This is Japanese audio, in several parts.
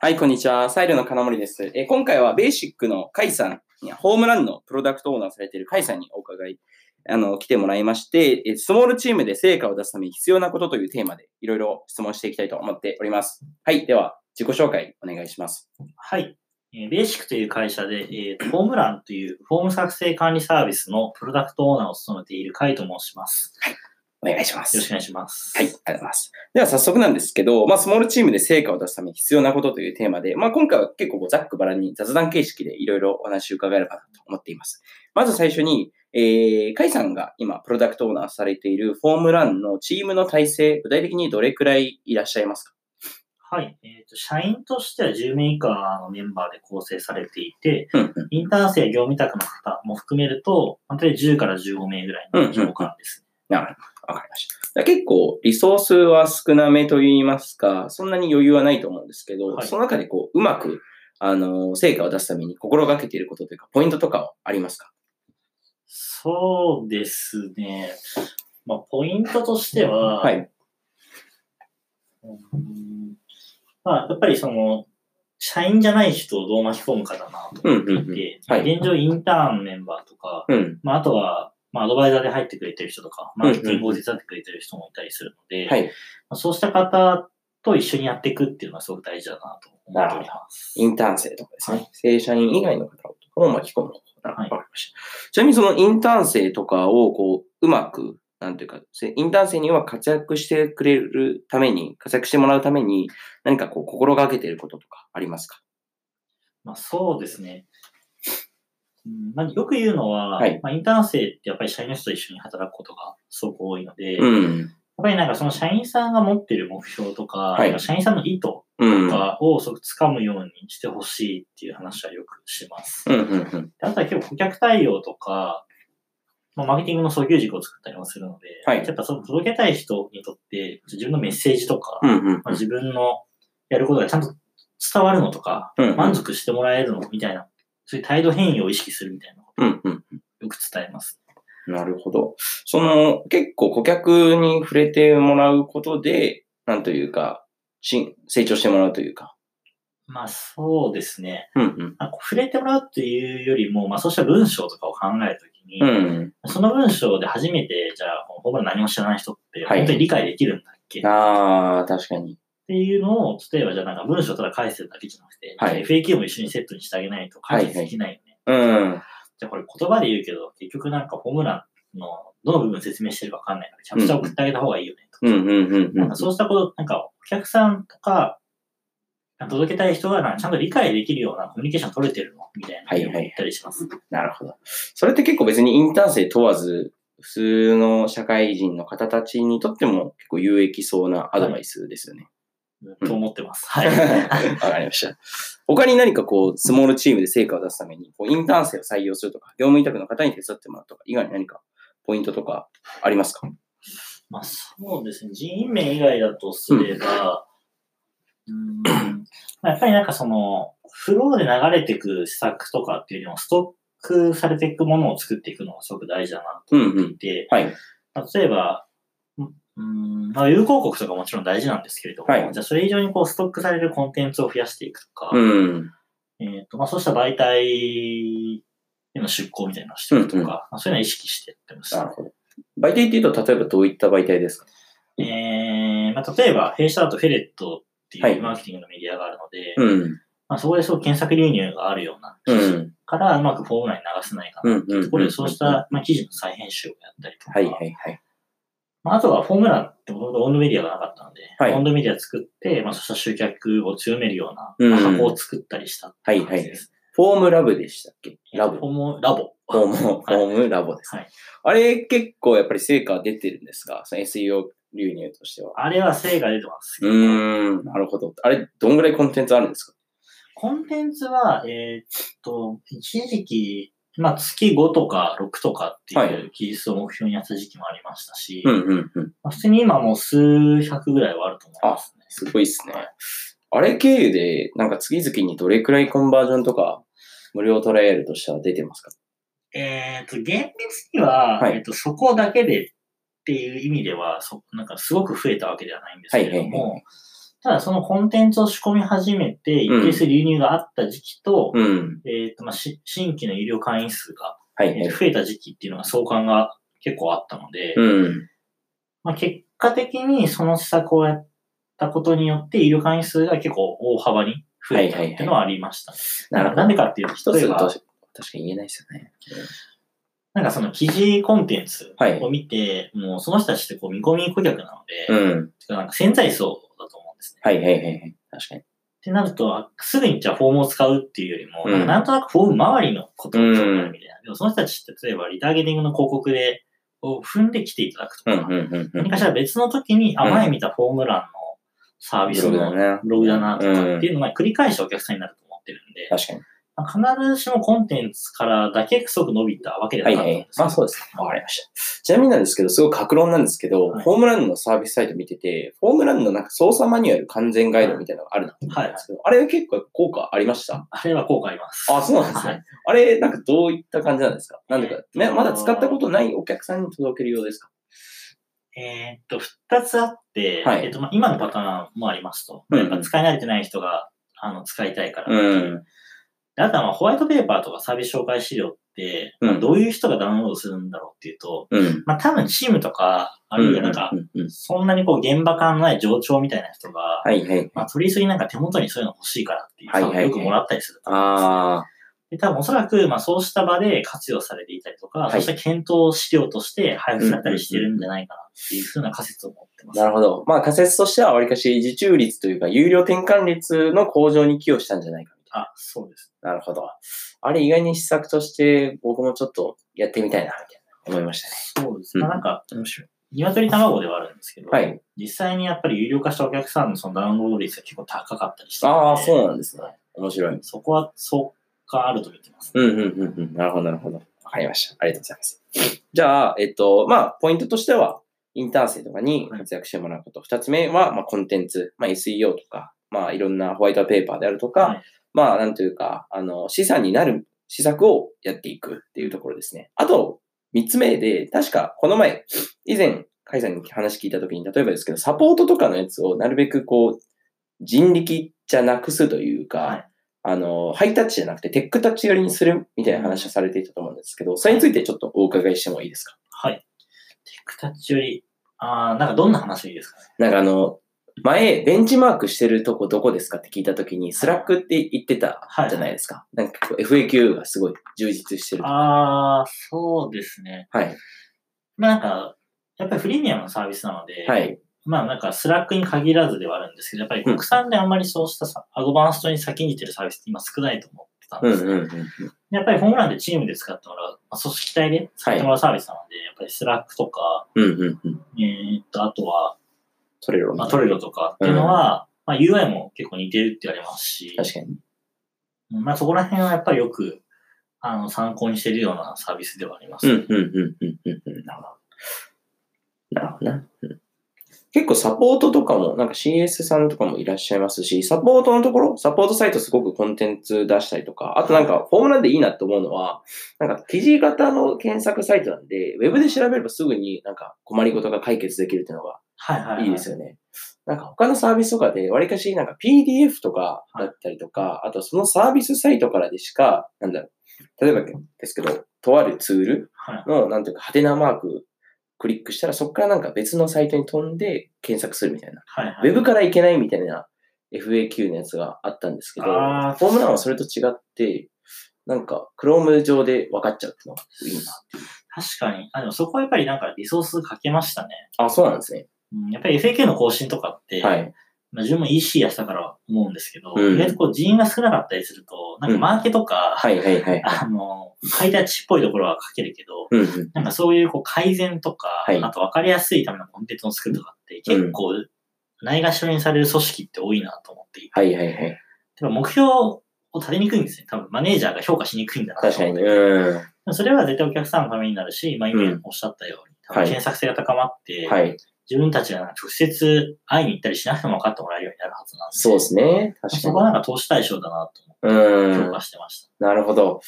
はい、こんにちは。サイルの金森です。えー今回はベーシックの甲斐さんに、ホームランのプロダクトオーナーされている甲斐さんにお伺い、あの、来てもらいまして、えースモールチームで成果を出すために必要なことというテーマでいろいろ質問していきたいと思っております。はい、では自己紹介お願いします。はい。えーベーシックという会社で、えー、ホームランというフォーム作成管理サービスのプロダクトオーナーを務めている甲斐と申します。お願いしよまろしくす。お願いします。はい、ありがとうございます。では早速なんですけど、まあ、スモールチームで成果を出すために必要なことというテーマで、まあ、今回は結構こうざっくばらんに雑談形式でいろいろお話を伺えればなと思っています。まず最初に、えー、カイさんが今、プロダクトオーナーされているフォームランのチームの体制、具体的にどれくらいいらっしゃいますかはい。えーと、社員としては10名以下のメンバーで構成されていて、うんうん。インターン生や業務委託の方も含めると、本当に10から15名ぐらいの規模感ですね。なるほど。わかりました。じゃあ結構、リソースは少なめと言いますか、そんなに余裕はないと思うんですけど、はいその中でこう、うまく、あの、成果を出すために心がけていることというか、ポイントとかはありますかそうですね。まあ、ポイントとしては、はい。うーんまあ、やっぱりその、社員じゃない人をどう巻き込むかだなと思っていて、うんうんうんはい現状インターンメンバーとか、うん。まあ、あとは、まあ、アドバイザーで入ってくれてる人とか、マーケティングを手伝ってくれてる人もいたりするので、はい。まあそうした方と一緒にやっていくっていうのはすごく大事だなと思っております。インターン生とかですね。は正社員以外の方とかも巻き込む。なるほはいどわかりました。ちなみにそのインターン生とかをこう、うまく、なんていうか、せインターン生には活躍してくれるために、活躍してもらうために、何かこう、心がけていることとかありますかまあ、そうですね。うんまあ、よく言うのは、はいまあ、インターン生ってやっぱり社員の人と一緒に働くことがすごく多いので、うん。やっぱりなんかその社員さんが持ってる目標とか、いなんか社員さんの意図うん。うとん、かをすごく掴むようにしてほしいっていう話はよくします。うん、うん。であとは結構顧客対応とか、まあ、マーケティングの訴求軸を作ったりもするので、はいやっぱその届けたい人にとって自分のメッセージとか、うん、うんまあ、。自分のやることがちゃんと伝わるのとか、うん満足してもらえるのみたいな、そういう態度変容を意識するみたいなこうん、うん。とをよく伝えます。なるほど。その、結構顧客に触れてもらうことで、なんというか、し成長してもらうというか。まあそうですね。うん、まあ触れてもらうっていうよりも、まあそうした文章とかを考えるときに、うん。うん。その文章で初めて、じゃあ、このホームラン何も知らない人って、はい本当に理解できるんだっけ、っああ、確かに。ていうのを、例えばじゃあなんか文章ただ返すだけじゃなくて、はい FAQ も一緒にセットにしてあげないと解決できないよね。うん。じゃあこれ言葉で言うけど、結局なんかホームランのどの部分説明してるかわかんないから、キャプチャー送ってあげた方がいいよねとか、うんうんうんうなんんか。そうしたこと、なんかお客さんとか、届けたい人がなんかちゃんと理解できるようなコミュニケーション取れてるのみたいなはいはい言ったりします。なるほど。それって結構別にインターン生問わず、普通の社会人の方たちにとっても結構有益そうなアドバイスですよね。うんと思って ます。はい。わかりました。他に何かこう、スモールチームで成果を出すために、こうインターン生を採用するとか、業務委託の方に手伝ってもらうとか、以外に何かポイントとかありますかまあ、そうですね、人員面以外だとすれば、うーんまあやっぱりなんかその、フローで流れていく施策とかっていうよりも、ストックされていくものを作っていくのがすごく大事だなと思っていて、はい。例えば、うーんまあ、有効国とかもちろん大事なんですけれども、はいじゃあそれ以上にこうストックされるコンテンツを増やしていくとか、うん。えっとまあ、そうした媒体への出向みたいなのをしていくとか、うんうんまあ、そういうのを意識してやってます。なるほど。媒体っていうと、例えばどういった媒体ですかえーまあ、例えば、弊社だとフェレットってはいいうマーケティングのメディアがあるので、うん。まあ、そこですごく検索流入があるようなう記事ん。からうまくフォーム内に流せないかうな。ん。うん。ところで、そうした、まあ、記事の再編集をやったりとか、はいはいはい。まあ、あとはフォーム欄ってもともとオンドメディアがなかったので、はいオンドメディア作って、まあ、そうした集客を強めるよううんなまあ箱を作ったりしたっていう感じです。フォームラブでしたっけラボフ。ォームラボ。フォーム、フォ はいームラボです、ねはいあれ結構やっぱり成果出てるんですかその SEO 流入としては。あれは精が出てます。うーん、なるほど。あれ、どんぐらいコンテンツあるんですかコンテンツは、えーっと、一時期、まあ、月5とか6とかってはいいう技術を目標にやった時期もありましたし、うんうんうん。まあ普通に今もう数百ぐらいはあると思いますね。すごいっすね。あれ経由で、なんか次々にどれくらいコンバージョンとか、無料トライアルとしては出てますかえーっと、厳密には、はえいーっと、そこだけでっていう意味では、そなんかすごく増えたわけではないんですけれども、はいはいはただそのコンテンツを仕込み始めて、一定数流入があった時期と、うん。えっ、と、まあ、し新規の有料会員数が、はいはえーい。増えた時期っていうのが相関が結構あったので、うん。まあ、結果的にその施策をやったことによって、有料会員数が結構大幅に増えたっていうのはありましたね。なるほど。なんでかっていうと、一つ例えだとば、確かに言えないですよね。なんかその記事コンテンツはいを見て、もうその人たちってこう見込み顧客なので、うん。てかなんか潜在層だと思うんですね。はいはいはいはい。確かに。ってなると、すぐにじゃあフォームを使うっていうよりも、うんなんとなくフォーム周りのことを考えうるんみたいな。でもその人たちって例えばリターゲティングの広告でを踏んで来ていただくとうんか、うんうんうん。何かしら別の時に、あ、うん前見たフォーム欄のサービスブログのだねブログだなとかってういんうのが繰り返しお客さんになると思ってるんで、確かに。まあ必ずしもコンテンツからだけ不足伸びたわけでははないかったんではい。すまあそううですね。わかりました。ちなみになんですけど、すごい格論なんですけど、はいホームランのサービスサイト見てて、ホームランのなんか操作マニュアル完全ガイドみたいなのがあるんではい。すけど、あれ結構効果ありましたあれは効果あります。あ、そうなんですはい。ねあれ、なんかどういった感じなんですかなんでか、えっね、とまだ使ったことないお客さんに届けるようですかえーっと、二つあって、はいえーっとまあ、今のパターンもありますと。うんやっぱ使い慣れてない人があの使いたいから。うん。であとはまあホワイトペーパーとかサービス紹介資料って、うんまあどういう人がダウンロードするんだろうっていうと、うん。まあ多分チームとか、あるいはなんか、うううんそんなにこう現場感のない上長みたいな人が、はいはい。まあ取り急ぎなんか手元にそういうの欲しいからっていう、はいはいはいよくもらったりすると思うんですねあで多分おそらく、まあそうした場で活用されていたりとか、いそうした検討資料として配布されたりしてるんじゃないかなっていうふうな仮説を持ってまあ、す。なるほど。まあ仮説としては、わりかし受注率というか、有料転換率の向上に寄与したんじゃないかみたいあ、そうです。な。なるほど。あれ意外に施策として、僕もちょっとやってみたいな、みたいな思いましたね。そうですうね。んまあなんか、面白い。鶏卵ではあるんですけど、はい。実際にやっぱり有料化したお客さんのそのダウンロード率が結構高かったりして、ああ、そうなんですね。面白い。そこは、そっかあると見てます。うんうんうんうん。なるほど、なるほど。わかりました。ありがとうございます。じゃあ、えっと、まあ、ポイントとしては、インターン生とかに活躍してもらうこと。二つ目は、まあ、コンテンツ。まあ、SEO とか、まあ、いろんなホワイトペーパーであるとか、はいまあ、なんというか、あの、資産になる施策をやっていくっていうところですね。あと、三つ目で、確か、この前、以前、カイさんに話聞いたときに、例えばですけど、サポートとかのやつをなるべくこう、人力じゃなくすというか、はいあの、ハイタッチじゃなくて、テックタッチ寄りにするみたいな話をされていたと思うんですけど、それについてちょっとお伺いしてもいいですかはい。テックタッチより、ああ、なんかどんな話いいですかね。なんかあの、前、ベンチマークしてるとこどこですかって聞いたときに、スラックって言ってたはいじゃないですか。なんかこう FAQ がすごい充実してる。はああ、そうですね。い。まあなんか、やっぱりフリーミアムのサービスなので、はい。まあなんかスラックに限らずではあるんですけど、やっぱり国産であんまりそうしたさアドバンストに先に出るサービスって今少ないと思ってたんうでんすうけんどうんうん。やっぱりホームランでチームで使ってもらう、まあ、組織体で使ってもらうサービスなので、やっぱりスラックとか、うんうんうん。えーっと、あとは、取れるまあ、トレロとかっていうのは、まあ、UI も結構似てるって言われますし、確かに。うんまあ、そこら辺はやっぱりよく、あの、参考にしてるようなサービスではありまうす。んうんうんうんうんうん。なるほど。なるほどな。うん結構サポートとかも、なんか CS さんとかもいらっしゃいますし、サポートのところ、サポートサイトすごくコンテンツ出したりとか、あとなんかフォームなんでいいなと思うのは、なんか記事型の検索サイトなんで、ウェブで調べればすぐになんか困りごとが解決できるっていうのがはいはい、はい。いいですよね。なんか他のサービスとかで、わりかしなんか PDF とかだったりとか、あとそのサービスサイトからでしか、なんだろう、例えばですけど、とあるツールはい。の、なんていうか、ハテナマーククリックしたら、そこからなんか別のサイトに飛んで検索するみたいな。はい、ウはい。ェブからいけないみたいな FAQ のやつがあったんですけど、フォあーームランはそれと違って、なんか、Chrome 上で分かっちゃうっていうのがいいな。確かに。あ、でもそこはやっぱりなんかリソースかけましたね。あ、そうなんですね。うん、やっぱり FAQ の更新とかって、はい。まあ、自分も EC やしたから思うんですけど、うん意外とこう人員が少なかったりすると、なんかマーケとか、はいはいはい。あの、ハイタッチっぽいところは書けるけど、うんうん。なんかそういうこう改善とか、はいあと分かりやすいためのコンテンツを作るとかって結構ないがしろにされる組織って多いなと思っていて、はいはいはい。でも目標を立てにくいんですね。多分マネージャーが評価しにくいんだなと思確ってかに。うん。でもそれは絶対お客さんのためになるし、今う今んおっしゃったように、多は分い検索性が高まって、はい。自分たちがなんか直接会いに行ったりしなくても分かってもらえるようになるはずなんで、そうですね。確かそにこ。はなんか投資対象だなと思うってん評。価してました。なるほど。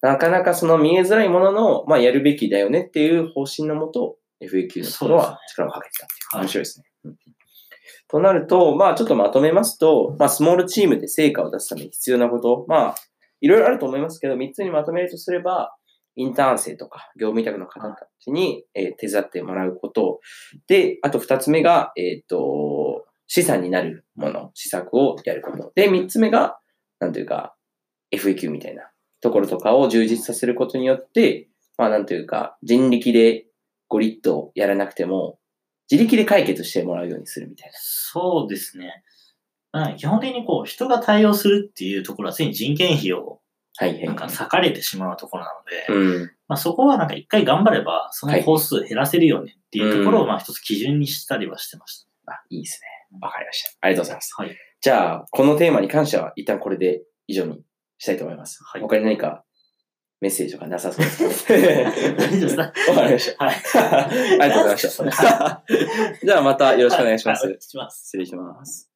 なかなかその見えづらいものの、まあ、やるべきだよねっていう方針のもと、FAQ のところは力をかけてたっていう。はい面白いですね。うんとなると、まあちょっとまとめますと、まあスモールチームで成果を出すために必要なこと、まあいろいろあると思いますけど、3つにまとめるとすれば、インターン生とか業務委託の方たちに、えー手伝ってもらうこと。で、あと2つ目が、えっ、と、資産になるもの、施策をやること。で、3つ目が、なんというか、FAQ みたいなところとかを充実させることによって、まあなんというか、人力でゴリッとやらなくても、自力で解決してもらうようにするみたいな。そうですね。うん基本的にこう、人が対応するっていうところは、ついに人件費をはいはい。なんか割かれてしまうところなので、うん。まあ、そこはなんか一回頑張れば、そのはい工数減らせるよねっていうところうを、まあ一つ基準にしたりはしてました。あ、いいですね。わかりました。ありがとうございます。 はい。じゃあ、このテーマに関しては、一旦これで以上にしたいと思います。はい他に何かメッセージとかなさそうですかね 大丈夫です かわかりましはい。 た。ありがとうございました。じゃあ、またよろしくお願いしますは。お願いします。失礼します。